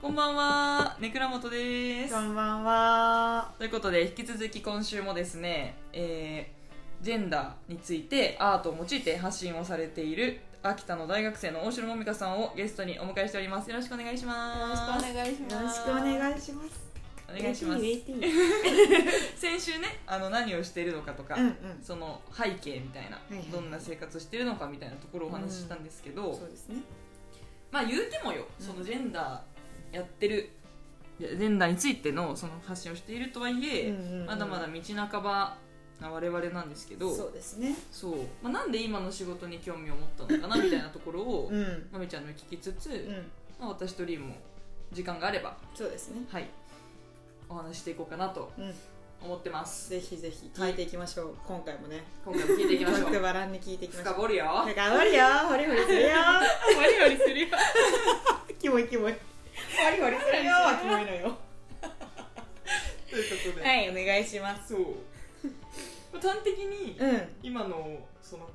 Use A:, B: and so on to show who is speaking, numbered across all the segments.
A: こんばんは、ネクラモトです。
B: こんばんは。
A: ということで、引き続き今週もですね、えージェンダーについてアートを用いて発信をされている秋田の大学生の大城もみかさんをゲストにお迎えしております。よろしくお願いします。
C: よろしくお願いし
B: よろ
C: ま
B: し
C: す。
B: くお願いします。
A: お願いします。
B: ウェイティーウェイティー
A: 先週ね、あの何をしているのかとか、
B: うんうん。
A: その背景みたいな、
B: いはい
A: どんな生活をしているのかみたいなところをお話ししたんですけど、
B: そうですね。
A: まあ言うてもよそのジェンダーやってる、いやジェンダーについてのその発信をしているとはいえ、
B: うんうん
A: まだまだ道半ばな我々なんですけど
B: そうですね。
A: そうまあ、なんで今の仕事に興味を持ったのかなみたいなところを、
B: うん。
A: まめちゃんの聞きつつ、
B: うん。
A: まあ、私とリンも時間があれば
B: そうですね。
A: はいお話ししていこうかなと
B: うん。
A: 思ってます
B: ぜひぜひ聞いていきましょう。今回もね。
A: 今回も聞いていきましょ
B: ざっく
A: う
B: ばらん に聞いていきましょ
A: 深
B: う。
A: 掘るよ
B: だから終わりよ。ほりほりするよ。
A: 掘り掘りするよ
B: キモいキモい。ほりほりするよ。はキモいのよ。
A: ということで、
B: はい、お願いします。
A: そうまあ端的に、
B: うん。
A: 今のその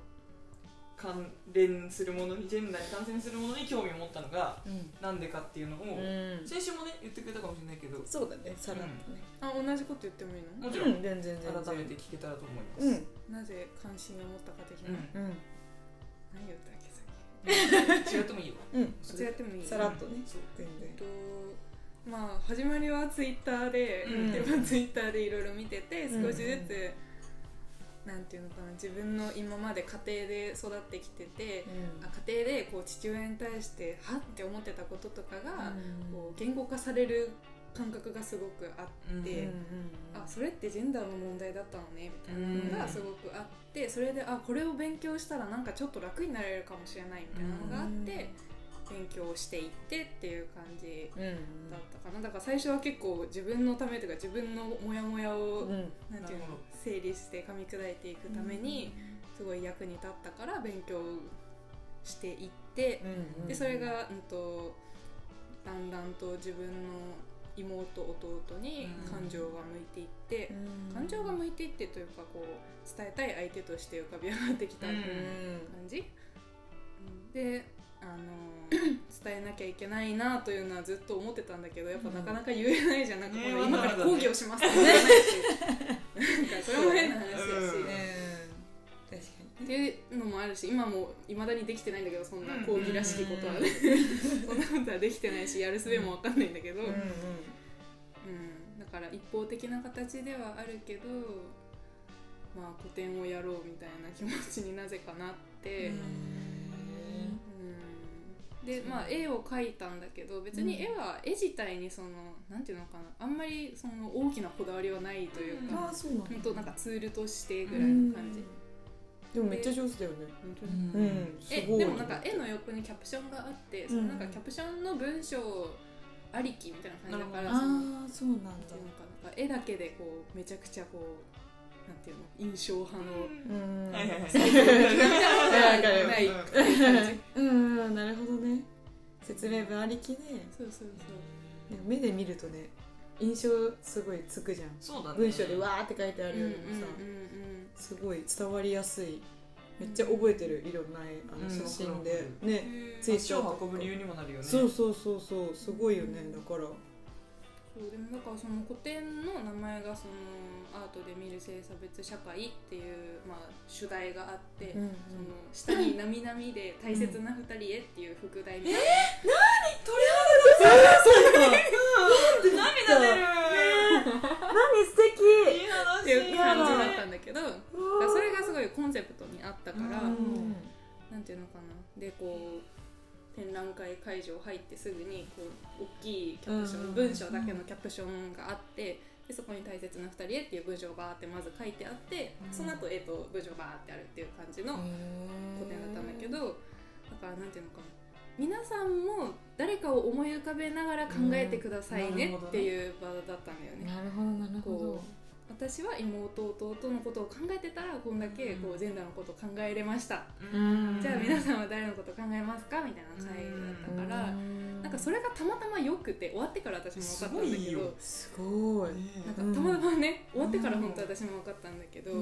A: 関連するものにジェンダーに関連するものに興味を持ったのが
B: うん。
A: なんでかっていうのを、
B: うん。
A: 先週もね言ってくれたかもしれないけど
B: そうだね。さらっとね。
C: あ、同じこと言ってもいいの
A: もちろ
B: うんん。全然全然。
A: 改めて。聞けたらと思います、
B: うん。
C: なぜ関心を持ったか的
A: う
C: な。
A: ん
B: うん。
C: 何言ったっけさっ
A: 違ってもいいよ
B: うん。
A: そ
C: き。違
A: れ
C: ってもいい
B: さらっとね
A: そう
B: 全
C: え
B: 然。
C: っと、まあ、始まりはツイッターで、
A: うん
C: でもツイッターでいろいろ見てて、
B: うん
C: 少しずつ、なんていうのかな、自分の今まで家庭で育ってきてて、あ家庭でこう父親に対して、はって思ってたこととかが、こう言語化される感覚がすごくあっ
A: う
C: て、
A: ん
C: で
B: あ
C: あそれってジェンダーの問題だったのねみたいなのがすごくあってそれであこれを勉強したらなんかちょっと楽になれるかもしれないみたいなのがあって勉強していってっていう感じ
B: うんうん
C: だったかなだから最初は結構自分のためというか自分のモヤモヤを
B: うん
C: なんていうの
A: なるほど
C: 整理して噛み砕いていくためにすごい役に立ったから勉強していって
B: うん
C: でそれが、うん、とだんだんと自分の妹弟に感情が向いていって、感情が
B: う
C: 向いていってというかこう伝えたい相手として浮かび上がってきた
A: うん
C: 感
B: ん
C: じ、であの伝 えなきゃいけないなというのはずっと思ってたんだけどやっぱなかなか言えないじゃんなんかこ
A: ね
C: の今から
A: わざわざね
C: 抗議をしますとか言えないしなんかそれも変な話だし。
A: うん
B: うん確か
C: っていうのもあるし今もいまだにできてないんだけどそんな講義らしきことは
A: うん
C: ね そんなことはできてないしやる術もわかんないんだけど、
B: に
C: うん
B: う
C: だから一方的な形ではあるけどまあ古典をやろうみたいな気持ちになぜかなって、うん
B: ん
C: でまあ絵を描いたんだけど別に絵は絵自体にそのなんていうのかなあんまりその大きなこだわりはないという
A: うん
C: か、
B: ああそうなんだ
C: 本当なんかツールとしてぐ
B: ぐ
C: らいの感じ。
B: でもめっちゃ上手だよね
C: 本当
A: う
C: に
A: ん
B: うん
C: え
B: すごい
C: でもなんか絵の横にキャプションがあって、そのなんかキャプションの文章ありきみたいな感じだからそのなん
B: ああそうなんだ
C: ていうのかななんか絵だけでこうめちゃくちゃこうなんていうの印象派の
B: うん
A: はいはいはい
B: わかる
A: う
C: ない
A: ん
C: 感じ
B: うんなるほどね説明文ありきで
C: そうそうそう
B: なんか目で見るとね印象すごいつくじゃん
A: そうだね
B: 文章でわーって書いてあ
C: う
B: る
C: んう
B: よ
C: ん
B: り
C: うん
B: もさすごい伝わりやすいめっちゃ
C: うん
B: 覚えてるいろんなあ
A: う
B: の
A: ん
B: 写真
A: わか
B: で
A: る
B: ね
C: うん
B: つい
A: 足を運ぶ理由にもなるよね
B: そうそうそうそうすごいよねだから
C: そうでもだからその古典の名前がそのアートで見る性差別社会っていう、まあ、主題があって、
B: うん
C: その下に「なみなみ」で「大切な二人へ」っていう副題みたいな
A: 涙出る
B: 何素敵
A: いい
C: っていう感じ
A: 話
C: だったんだけどだからそれがすごいコンセプトにあったから、
B: うん
C: なんていうのかなでこう展覧会会場入ってすぐにこう大きいキャプション、
B: うん
C: 文章だけのキャプションがあってでそこに「大切な二人へ」っていう文章がバーってまず書いてあって、
A: うん
C: その後絵と文章がバーってあるっていう感じの古典だったんだけど、だからなんていうのかな皆さんも誰かを思い浮かべながら考えてくださいねっていう場だったんだよね。
B: なるほどなるほ
C: こ
B: ど
C: う私は妹弟のことを考えてたらこんだけこうジェンダーのことを考えれました、
A: うん
C: じゃあ皆さんは誰のことを考えますかみたいな会だったから、なんかそ
B: れ
C: れがたまたまよくて終わってから私も分かったんだ
A: すごい
C: け
A: よ
C: ど
B: すごい
A: ね
C: なんか
B: うん
C: たまたまね終わってから本当私も分かったんだけど、こ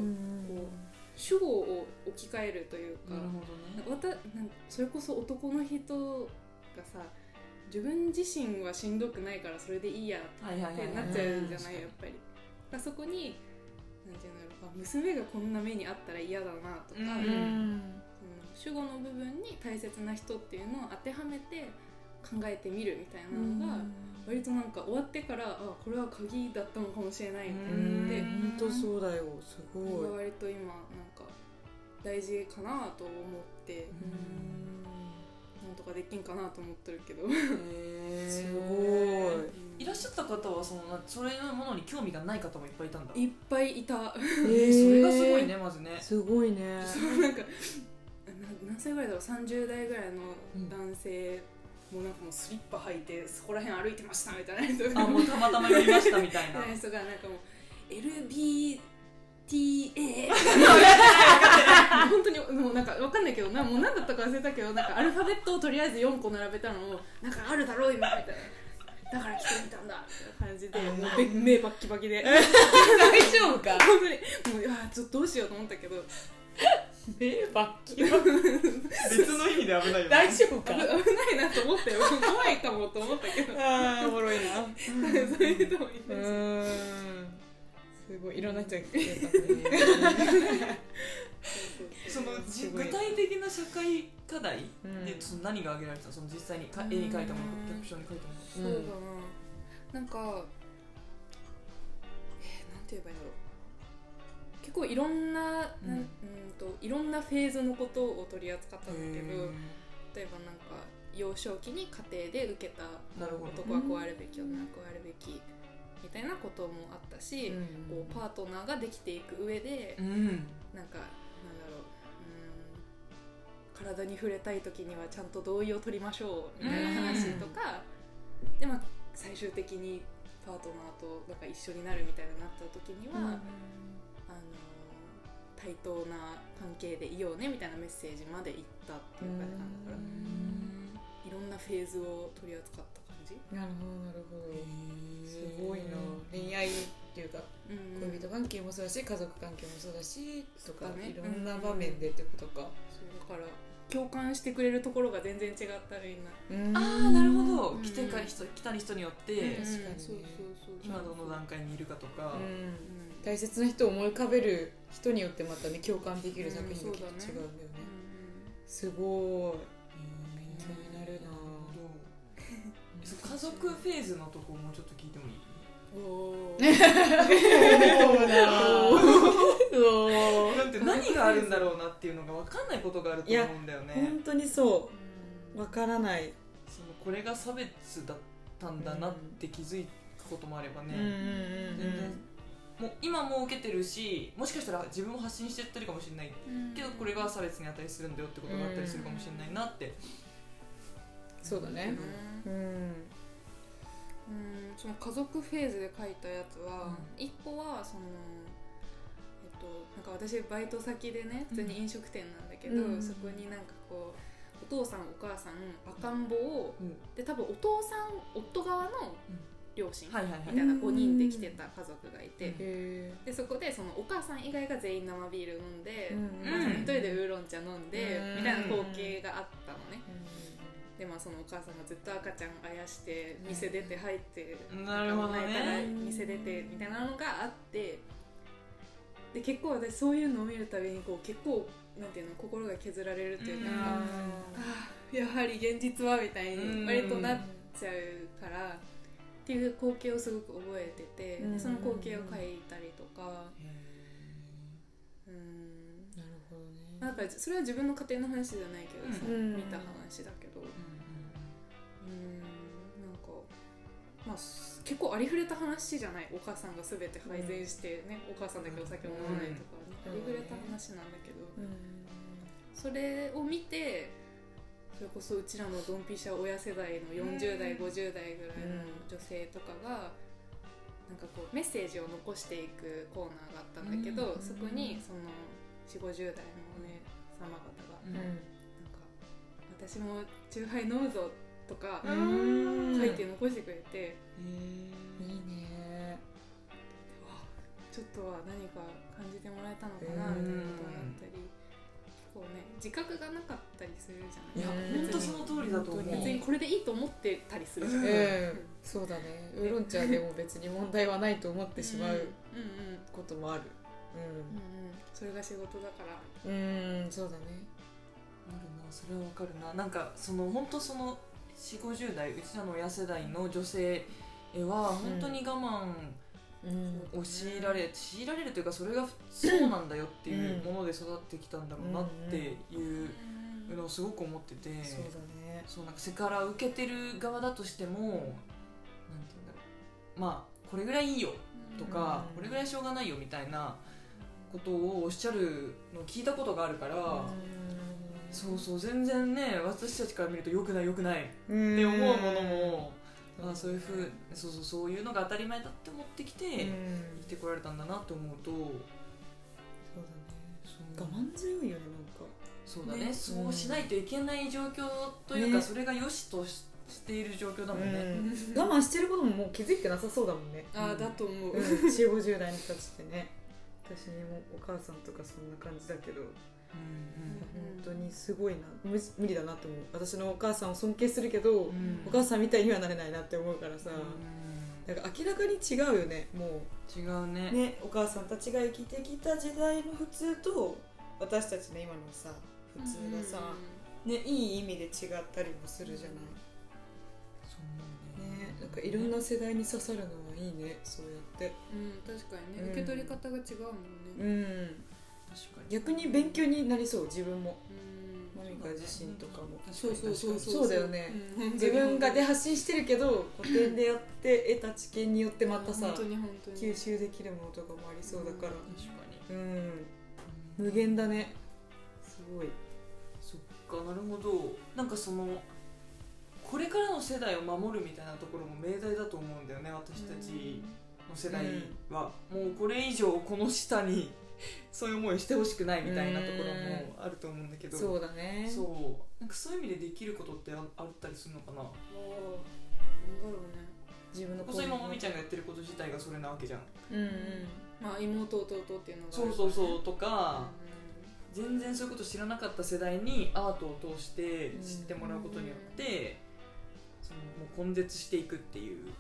C: 主語を置き換えるというか,、
A: なるほどね
C: なんかわたなんそれこそ男の人がさ自分自身はしんどくないからそれでいいやっ
A: はいはいはい
C: てなっちゃうじゃないやっぱりだからそこになんていうんだろうあ娘がこんな目にあったら嫌だなとか、
A: うん
C: その
B: ん
C: 主語の部分に大切な人っていうのを当てはめて考えてみるみたいなのが、割となんか終わってからあこれは鍵だったのかもしれないみたいなので、
A: うん
B: 本当そうだよすご
C: 僕はい割と今なんか大事かなと思って、なんとかできんかなと思ってるけど、
B: へー
A: す
B: す
A: ご
B: ご
A: いらっしゃった方はそのなそれのものに興味がない方もいっぱいいたんだ
C: いっぱいいた
B: い
A: えーそれがすごいねまずね
B: すごいね
C: そうなんかな何歳ぐらいだろう30代ぐらいの男性、もうなんかもうスリッパ履いてそこら辺歩いてましたみたいな人が
A: あもうたまたま寄りましたみたいな
C: みたいな人がなんかもう LBTA 本当にもうなんかわかんないけどなもう何だったか忘れたけどなんかアルファベットをとりあえず4個並べたのをなんかあるだろう今みたいなだから来てみたんだみたいな感じでもうべ目バッキバキで
B: 大丈夫か
C: 本当にもういやちょっとどうしようと思ったけど
B: 目バッキ
A: 別の意味で危ないよね
B: 大丈夫
C: 危
B: か
C: 危ないなと思ったよ怖いかもと思ったけど
B: あーおもろいな
C: そういう人もい
B: う
C: たし
B: んすごいいろんな人が来て
A: そのじ
B: すごい
A: 具体的な社会課題
B: うん
A: でその何が挙げられてたのその実際にか
C: うん
A: 絵に描いたものキャプションに描いたもの
C: そうだな、なんかえーなんて言えばいいんだろう結構いろんな,、
A: うん
C: なん、うんといろんなフェーズのことを取り扱ったんだけ
A: へ
C: ど例えばなんか幼少期に家庭で受けた
A: ーなるほど
C: 男はこうあるべき女はこうあるべきみたいなこともあったし、こうパートナーができていく上で、
A: うん
C: なんかなんだろううん体に触れたい時にはちゃんと同意を取りましょうみたいな話とか、でまあ最終的にパートナーとなんか一緒になるみたいになった時には、あの対等な関係でいようねみたいなメッセージまでいったっていう感じなんだから、いろんなフェーズを取り扱った感じ、
B: なるほどなるほどすごいな恋愛っていうか
C: うん
B: 恋人関係もそうだし家族関係もそうだしとか
C: そうだね
B: いろんな場面でってことか
C: そうだから共感してくれるところが全然違ったらいいな
A: ああなるほど
C: うん
A: 来てか人来たり人によっ
C: うん
A: て
B: 確かにね
C: そうそうそうそう
A: 今どの段階にいるかとか
B: うん
C: うん
B: 大切な人を思い浮かべる人によってまたね共感できる作品がきっと違うんだよねすごい勉強になるな
A: どうそう家族フェーズのとこもちょっと聞いてもいい
C: うんおー
B: そう
A: なんて何があるんだろうなっていうのが分かんないことがあると思うんだよね
B: 本当にそうわからない
A: そのこれが差別だったんだなって気づくこともあればね、
B: うんうん
A: 全然もう今も受けてるしもしかしたら自分も発信してってるかもしれないけどこれが差別に値するんだよってことがあったりするかもしれないなって、
B: そうだ
C: う
B: ね
C: ん
B: うん
C: うんその家族フェーズで書いたやつは、一個はそのえっとなんか私バイト先でね普通に飲食店なんだけど、
B: うん
C: そこになんかこうお父さんお母さん赤ん坊を
A: うん
C: で多分お父さん夫側の両親み
A: はいはいはい、
C: たいな5人で来てた家族がいて、
A: うん
B: へ
C: でそこでそのお母さん以外が全員生ビール飲んで、
B: うん
C: お母さん一人でウーロン茶飲んで、
B: うん
C: みたいな光景があったのね、でまあそのお母さんがずっと赤ちゃんあやして
B: うん
C: 店出て入って、
A: なるほど
C: いから
A: ね
C: 店出てみたいなのがあってで結構私そういうのを見るたびにこう結構なんていうの心が削られるというか、
A: うん
C: ああやはり現実はみたいに割となっちゃうから、っていう光景をすごく覚えてて、で
B: うん
C: その光景を描いたりとか。うん
B: なるほど
C: なん
B: ね
C: かそれは自分の家庭の話じゃないけどさ、
B: うん
C: 見た話だけどうんなんか、まあ、す結構ありふれた話じゃないお母さんが全て配膳して、ねお母さんだけお酒を飲まないと
B: う
C: か、
B: ん
C: ありふれた話なんだけど、
B: うん
C: それを見てそれこそうちらのドンピシャ親世代の40代、
A: うん
C: 50代ぐらいの女性とかが。なんかこうメッセージを残していくコーナーがあったんだけど、
B: うん
C: そこにその4 5 0代のお姉様方がなんか私もチューハイ飲むぞとか
B: うん
C: 書いて残してくれて、
B: いいね
C: わあちょっとは何か感じてもらえたのかなみたいなこともあったり、こうね自覚がなかったりする
A: い
C: じゃ
A: や
C: ない
B: うん
A: 本当その通りだと思
B: 本
A: う
B: 当に
C: 別にこれでいいと思ってたりするじゃ、
B: うん
A: うん
B: そうだねウーロン茶でも別に問題はないと思ってしま
C: うんうん
B: うこともある
C: うんうんそれが仕事だか
B: う
C: ら
B: ん、うん、そうだね
A: あるなそれはわかるななんかその本当その4 5 0代うちらの親世代の女性は本当に我慢
B: うん
A: を強いられ、強いられるというかそれが普そうなんだよっていうもので育ってきたんだろうなっていうのをすごく思ってて、
B: そうだね
A: そうなんかセクハラを受けてる側だとしてもなんて言うんだろうまあこれぐらいいいよとか、
B: うん
A: これぐらいしょうがないよみたいなことをおっしゃるのを聞いたことがあるから、そうそう全然ね私たちから見るとよくないよくないっ
B: うん
A: て思うものも、
B: うん
A: まあ、そういうふうそうそうそういうのが当たり前だって思ってきて、
B: うん
A: 生きてこられたんだなって思うと
B: そうだ
A: そう
B: ね我慢強いよね
A: そうだね
B: ね
A: そうしないといけない状況というか、
B: ね
A: それが良しとししている状況
B: な
A: だ
B: ん
A: も
B: か
A: んね。
B: うん我慢してることももう気づいてなさそうだもんね
C: ああだと思う、
B: うん、4 5 0代の人たちってね私にもお母さんとかそんな感じだけど
A: うん
B: 本当にすごいな無無理だなと思う私のお母さんを尊敬するけど、
A: う
B: お母さんみたいにはなれないなって思うからさ、
A: う
B: なんか明らかに違うよねも
A: ん違うね
B: うねお母さんたちが生きてきた時代の普通と私たちの今のさ普通がさ、ね、いい意味で違ったりもするじゃな
A: そう
B: い、ね、なんかいろんな世代に刺さるのはいいねそうやって
C: うん、うん確かにね、
B: うん
C: 受け取り方が違うもん
B: う
C: ね、
B: ん
A: 確かに
B: 逆に勉強になりそう自分も
C: うん
B: モニカ自身とかも
C: そうそうそう
B: そうだよね、
C: うん本当に
B: 自分がで発信してるけど古典でやって得た知見によってまたさ
C: 本当に本当に
B: 吸収できるものとかもありそうだから
A: 確かに
B: うん
A: うん
B: 無限だねすごい
A: そっかなるほどなんかそのこれからの世代を守るみたいなところも命題だと思うんだよね私たちの世代は、もうこれ以上この下に そういう思いをしてほしくないみたいなところもあると思うんだけど、
B: そうだね
A: そうなんかそういう意味でできることってああったりするのかな
C: ああなんだろうね
B: 自分の
A: こそ今もみちゃんがやってること自体がそれなわけじゃん
B: うんうん
C: まあ妹弟っていうのが
A: そうそう
C: う
A: そうとか、
C: ん
A: 全然そういうこと知らなかった世代にアートを通して知ってもらうことによって、そのもう根絶していくっていう
C: うん
A: こ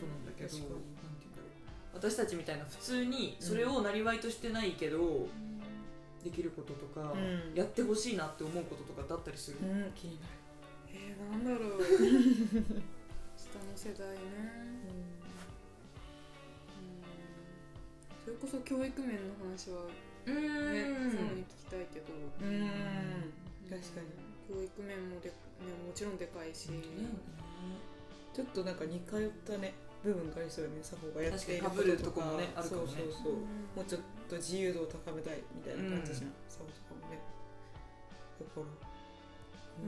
A: となんだけど、
B: 確かに
A: なんて言うんだろう私たちみたいな普通にそれをなりわいとしてないけど、できることとか、
B: うん
A: やってほしいなって思うこととかだったりする、
B: うん気になる
C: えー、なんだろう下の世代ね、うん、それこそ教育面の話は
A: う
C: ね
A: ん
C: さらに聞きたいけど、
B: うん
A: うん
B: 確かに
C: に教育面もで、ね、もちろんでかいし、
B: ちょっとなんか似通ったね部分がありそうよね作法がやっている
A: 確かに被るとこもねあるかもね
B: そうそうそうもうちょっと自由度を高めたいみたいな感じじゃん、作法とかもねだから、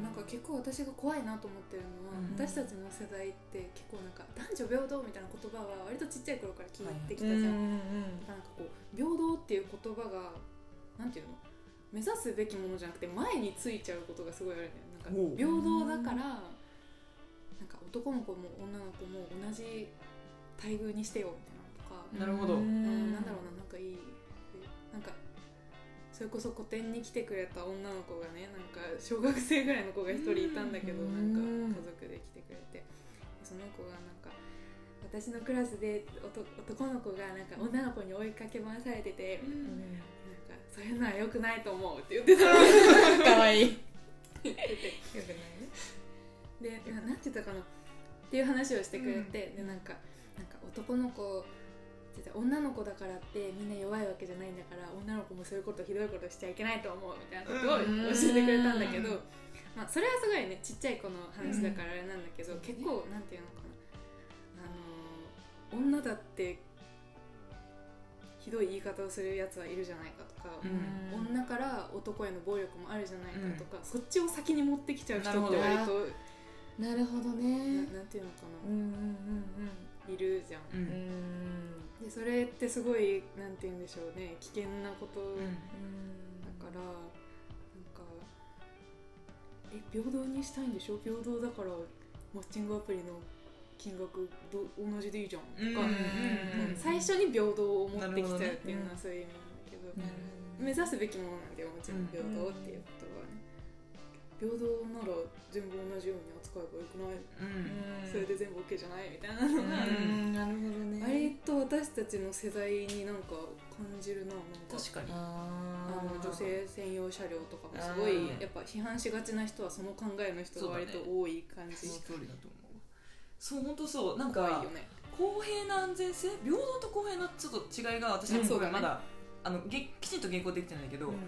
B: う
C: なんか結構私が怖いなと思ってるのは、
A: うん
C: 私たちの世代って結構なんか男女平等みたいな言葉は割とちっちゃい頃から聞いてきた
B: う
C: じ
B: ん
C: ゃ、
B: うんん
C: なんかこう平等っていう言葉がなんていうの目指すべきものじゃなくて前についちゃうことがすごいあるんだよ
A: おう
C: ねなんか平等だからなんか男の子も女の子も同じ待遇にしてよみたいなのとか
B: うん
A: なるほど
C: うんなんだろうななんかいいなんかそれこそ古典に来てくれた女の子がねなんか小学生ぐらいの子が一人いたんだけど
B: う
C: なんんか家族で来てくれてその子がなんか私のクラスで男男の子がなんか女の子に追いかけ回されててなんかそういうのは良くないと思うって言ってた
B: かわいいよくない
C: でななんて言ったかなっていう話をしてくれて、でなんかなんか男の子違う女の子だからってみんな弱いわけじゃないんだから女の子もそういうことひどいことしちゃいけないと思うみたいなことを
B: うん
C: 教えてくれたんだけ
B: う
C: ど
B: ん、
C: まあ、それはすごいねちっちゃい子の話だからあれなんだけど、
B: うん
C: 結構なんていうのかなあのー女だってひどい言い方をするやつはいるじゃないかとか、
A: うん
C: 女から男への暴力もあるじゃないかとか、そっちを先に持ってきちゃう人って割
B: なるほ
C: と
B: なるほど
C: な
B: ね
C: なんていうのか
B: うんうん
C: な、いるじゃん。
A: う
B: うんうん
A: ん
B: ん
C: でそれってすごいなんて言うんでしょうね危険なことだ
B: だ
C: から、なんかえ平等にしたいんでしょ平等だからマッチングアプリの金額ど同じでいいじゃんとか、
A: うんうんうん
C: 最初に平等を持ってきちゃ
B: なるほど
C: うって
B: ね
C: いうの
B: う
C: は
B: ん
C: そういう意味なんだけど、
B: なる
C: 目指すべきものなんだよもちろん平等っていうことはね、平等なら全部同じように扱えばよくない、
A: うん
C: それで全部 OK じゃないみたいなの
B: う
C: が、
B: んなるほどね
C: 割と私たちの世代になんか感じるななんか
A: 確かに
B: あ
C: あの
B: ー
C: 女性専用車両とかもすごい
A: あー
C: やっぱ批判しがちな人はその考えの人が割と
A: そうだ
C: 多い感
A: その通
C: じ、
A: りだと思うそう本当そうなん
C: 怖い
A: か
C: よね
A: 公平な安全性平等と公平のちょっと違いが私
B: うん
A: の方
C: そうだ
A: が
C: ね
A: まだ、あのげきちんと原稿できてないけど、
B: うんうん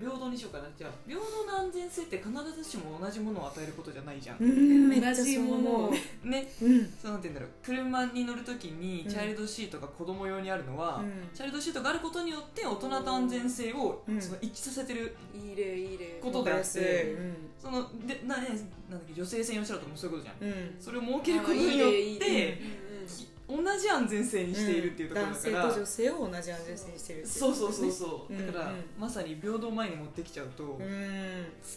A: 平等にしようかなじゃあ平等な安全性って必ずしも同じものを与えることじゃないじゃん、
B: うん
C: めっちゃそう思う
A: ね
B: うん
A: そうなんて言うんだろう車に乗るときにチャイルドシートが子供用にあるのは、チャイルドシートがあることによって大人と安全性を
B: うん
A: その一致させてる、
C: いい例いい例
A: ことであってそのでな、ね、なんだっけ女性専用車両とかもそういうことじゃん、
B: うん
A: それを設けることによっ
C: あいいねいい
A: て
B: ね
A: き同じ安全性にしているっていうところだから、
B: 男性と女性を同じ安全性にしてるってい
A: そうそうそうそう、
B: うん
A: だから、
B: うん
A: まさに平等前に持ってきちゃうと、
B: うん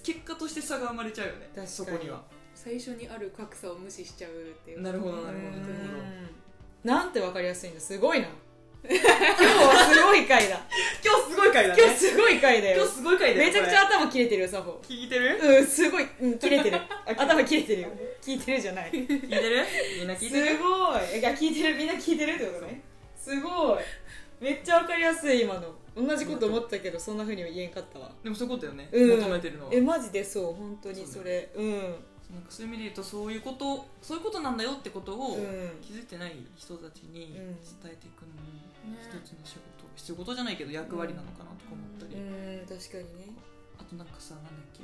A: 結果として差が生まれちゃうよね
B: 確かに
A: そこには
C: 最初にある格差を無視しちゃうっていう
A: なるほど
B: う
A: なるほど
B: ん
A: なるほど
B: なんてわかりやすいんだすごいな今日はすごい回だ
A: 今日すごい回だね
B: 今日すごい回だ
A: 今
B: よ
A: 日すごい回だよ
B: めちゃくちゃ頭切れてるよサホ
A: これ聞いてる
B: うんすごい、うん、切れてる頭切れてるよ聞いてるじゃない
A: 聞いてるみんな聞いて
B: す
A: る
B: ごいいや聞いてるみんな聞いてるってことねすごいめっちゃわかりやすい今の同じこと思ったけどそんなふうには言えんかったわ
A: でもそういうことだよね、
B: うん
A: 求めてるのは
B: えマジでそう本当にそれう,、
A: なんかそういう意味で言うとそういうことそういうことなんだよってことを、
B: んうん
A: 気づいてない人たち
B: う
A: に
B: ん
A: 伝えていくのも
C: ね
A: 一つの仕事、仕事じゃないけど役割なのかなとか思ったり、
B: うん確かにね
A: あとなんかさなんだっけ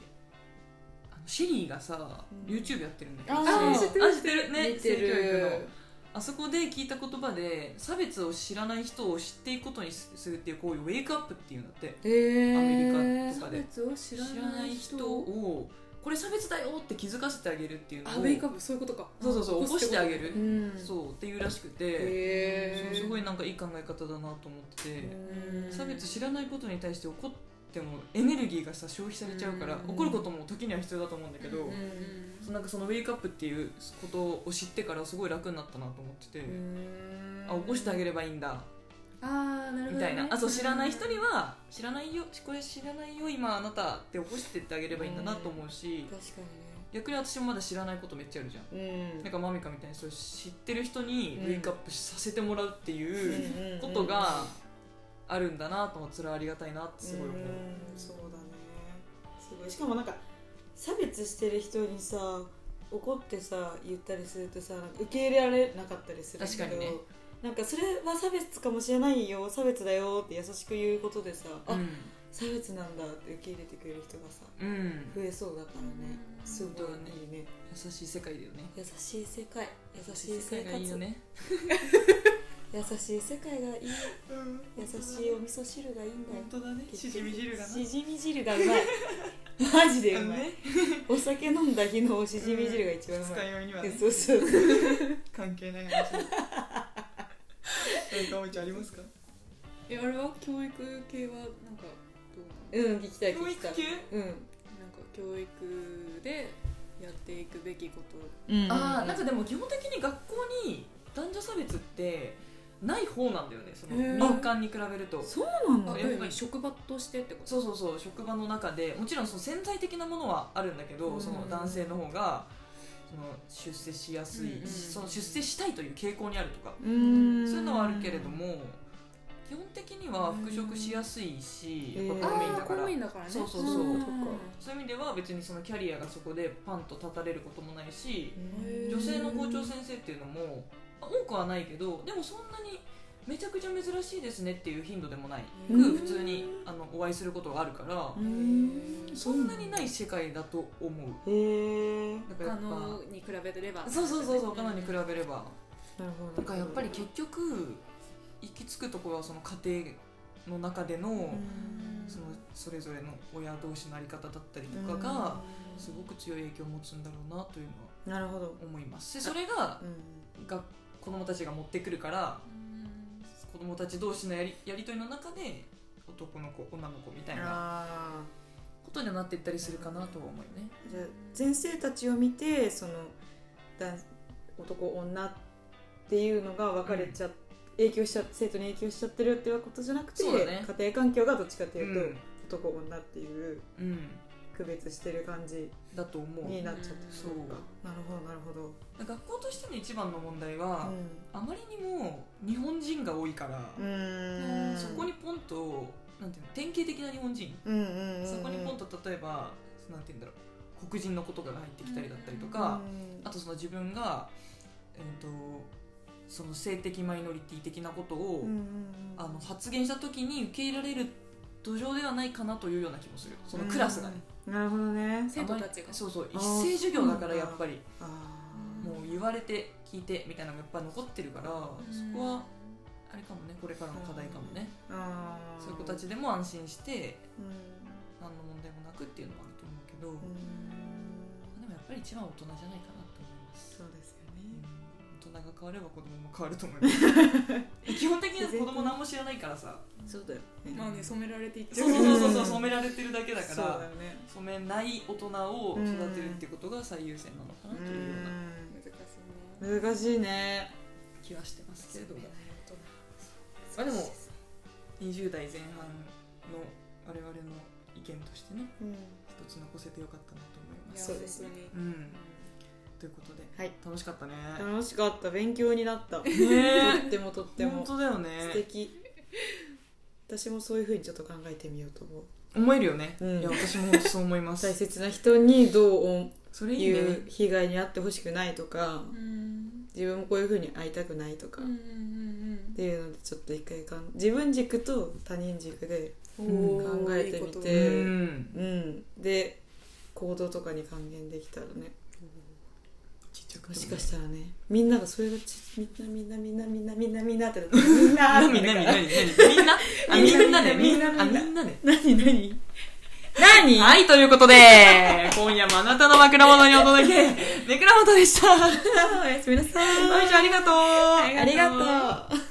A: あのシェリーがさ、
B: うん
A: YouTube やってるんだけど
B: あ
C: ー
A: シェリー
C: 知ってる
A: あ知ってるね
B: 見て
A: 性教育の
B: る
A: あそこで聞いた言葉で差別を知らない人を知っていくことにするっていう行為をウェイクアップっていうんだって
B: えー、
A: アメリカと
C: 差
A: かで
C: 別を知らない人
A: をこれ差別だよって気づかせてあげるっていうのを
C: あウェイクアップそういうことか
A: そうそうそう起こしてあげる
C: る
B: う、ん
A: そうっていうらしくて、
B: へ
A: そうすごい
B: な
A: なんかいい考え方だなと思ってて、
C: うん
A: 差別知らないことに対して怒ってもエネルギーがさ消費されちゃうから、
B: うん
A: 怒ることも時には必要だと思うんだけど、
B: うん
A: そうなんかそのウェイクアップっていうことを知ってからすごい楽になったなと思ってて、あ起こしてあげればいいんだ
C: ああなるほど、ね、
A: みたいな、あそう知らない人には知らないよこれ知らないよ今あなたって起こしてってあげればいいんだなと思うし、
B: 確か
A: 逆に私もまだ知らないことめっちゃあるじゃん。
B: にねうん
A: なんかマミカみたいにそう知ってる人にウェイクアップさせてもらうってい
B: うん
A: う
B: うん
A: ことがあるんだなと思ってそれはありがたいなってすごい思う。
B: うんそうだねすごいしかもなんか差別してる人にさ怒ってさ言ったりするとさなんか受け入れられなかったりするけど
A: 確かにね
B: なんかそれは差別かもしれないよ差別だよって優しく言うことでさ、
A: う
B: あ
A: ん
B: 差別なんだって受け入れてくれる人がさ
A: うん、
B: 増えそうだからねすごい
A: 本当だね
B: いいね
A: 優しい世界だよね
B: 優しい世界優しい生活
A: いいよね
B: 優しい世界がいい
A: うん
B: 優しいお味噌汁がいいんだよ
A: 本当だね しじみ汁がな
B: しじみ汁がうまい マジで
A: あ
B: う
A: の
B: まい、
A: ね
B: お酒飲んだ日のおしじみ汁が一番うま
A: 二日
B: い、
A: 酔いにはね
B: そうそうそう
A: 関係ない話何かおみちゃんありますか
C: えあれは教育系はなんかどうな
B: うん聞きたい
A: 教
B: 聞き
A: 育
B: たい
A: 系
B: うん、
C: のなんか教育でやっていくべきこ
B: う
C: と
B: ん
A: ああなんかでも基本的に学校に男女差別ってない方なんだよねその
C: へー
A: 民間に比べると
B: そうなん
C: あ
A: の
B: だ
A: やっぱり
C: 要に職場としてってこと
A: そうそうそう職場の中でもちろんその潜在的なものはあるんだけど、
B: うん
A: その男性の方がその出世しやすい、
C: うんうん
A: その出世したいという傾向にあるとか、
B: う
A: そういうのはあるけれども基本的には復職しやすいし、
B: うん
A: やっ
C: あ
A: ぱ公務員
C: あ
A: だ
C: 公
A: から、
C: 務員だからね
A: そうそうそう
C: うん
B: そっか
A: そういう意味では別にそのキャリアがそこでパンと立たれることもないし
B: うん
A: 女性の校長先生っていうのもあ多くはないけどでもそんなにめちゃくちゃ珍しいですねっていう頻度でもないく、
B: うん
A: 普通にあのお会いすることがあるから、
B: うん
A: そんなにない世界だと思う
B: へえ
A: だから
C: 他
A: やっ
C: のに比べてれば
A: ぱそうそうそうそう他のに比べれば
B: なるほど
A: だからやっぱり結局行き着くところはその家庭の中での,、
B: うん
A: そのそれぞれの親同士のあり方だったりとかがすごく強い影響を持つんだろうなというのは
B: うんなるほど
A: 思いますでそれが
B: うん
A: が子供たちが持ってくるから
C: うん
A: 子供たち同士のやりやり取りの中で男の子女の子みたいな
B: ああ
A: ことにはなっていったりするかなとは思うよね。
B: じゃあ先生たちを見てその男男女っていうのが分かれちゃ影響しちゃ生徒に影響しちゃってるっていうことじゃなくて、
A: そうだね
B: 家庭環境がどっちかって
A: う
B: いうと、
A: ん、
B: 男女っていう
A: うん、
B: 区別してる感じ
A: だと思う
B: になっちゃってる
A: そう
B: なるほどなるほど、
A: 学校としての一番の問題は
B: う、
A: あまりにも日本人が多いから、
B: んうん
A: そこにポンとなんていうの典型的な日本人、
B: うんうんうんうん
A: そこにポンと例えばなんていうんだろう黒人のことが入ってきたりだったりとか、
B: うん
A: あとその自分が、えー、とその性的マイノリティ的なことを、
B: うんうんうん
A: あの発言した時に受け入れられる土壌ではないかなというような気もするそのクラスがね、
B: うんなるほどね
C: 生徒たちが
A: そうそう
B: あ
A: 一
B: ー
A: 斉授業だからやっぱり
B: あー
A: もう言われて聞いてみたいなのがやっぱ残ってるから、そこはあれかもねこれからの課題かもね、
B: あー
A: そういう子たちでも安心して
B: うん
A: 何の問題もなくっていうのはあると思うけど、
B: うん
A: でもやっぱり一番大人じゃないかなと思います、
B: そうですよ
A: う
B: ね
A: ん大人が変われば子供も変わると思います基本的には子供何も知らないからさ
B: そうだよ
C: まあね染められていっちゃ
A: そう
C: う
A: そうそうそう染められてるだけだか
B: そうだ
A: ら
B: よね
A: 染めない大人を育てるっていうことが最優先なのかなというような
C: 難しいね
B: うん難しいね
A: 気はしてますけれども
B: あ
A: あでも20代前半の我々の意見としてね一つ残せてよかったなと思いま
C: い
A: す
B: そ
C: や
B: うですね
C: 本当に
A: うんということで、
B: はい
A: 楽しかったね
B: 楽しかった勉強になったと
A: ね
B: ってもとって
A: え本
B: も
A: 当だよ
B: 素
A: ね
B: 敵私もそういうふうにちょっと考えてみようと思う
A: 思えるよね、
B: うん
A: いや私もそう思いま
B: 大
A: す
B: 切な人にどう
A: それい
B: い
A: いね
B: う被害に遭ってほしくないとか
C: うん
B: 自分もこういうふうに会いたくないとか
C: うん
B: っ
C: うん
B: ていうのでちょっと一回かん自分軸と他人軸で
C: うんうん
B: 考えてみて
C: いいこと
A: う
B: でう
A: ん
B: んで行動とかに還元できたらね
A: ちっちゃく
B: も
A: て
B: し
A: も
B: かしたらねみんながそれがちみんなみんなみんなみんなみんなみんなってなってみんな
A: 何何何何みんなあみんなね
B: み
A: み
B: ん
A: ん
B: な
A: な
B: みんな
A: あみんなね
B: 何何
A: 何はい、ということで、今夜もあなたの枕元にお届け、枕元でした。ご
B: おやすみなさい
A: 視聴ありがとう。
B: ありがとう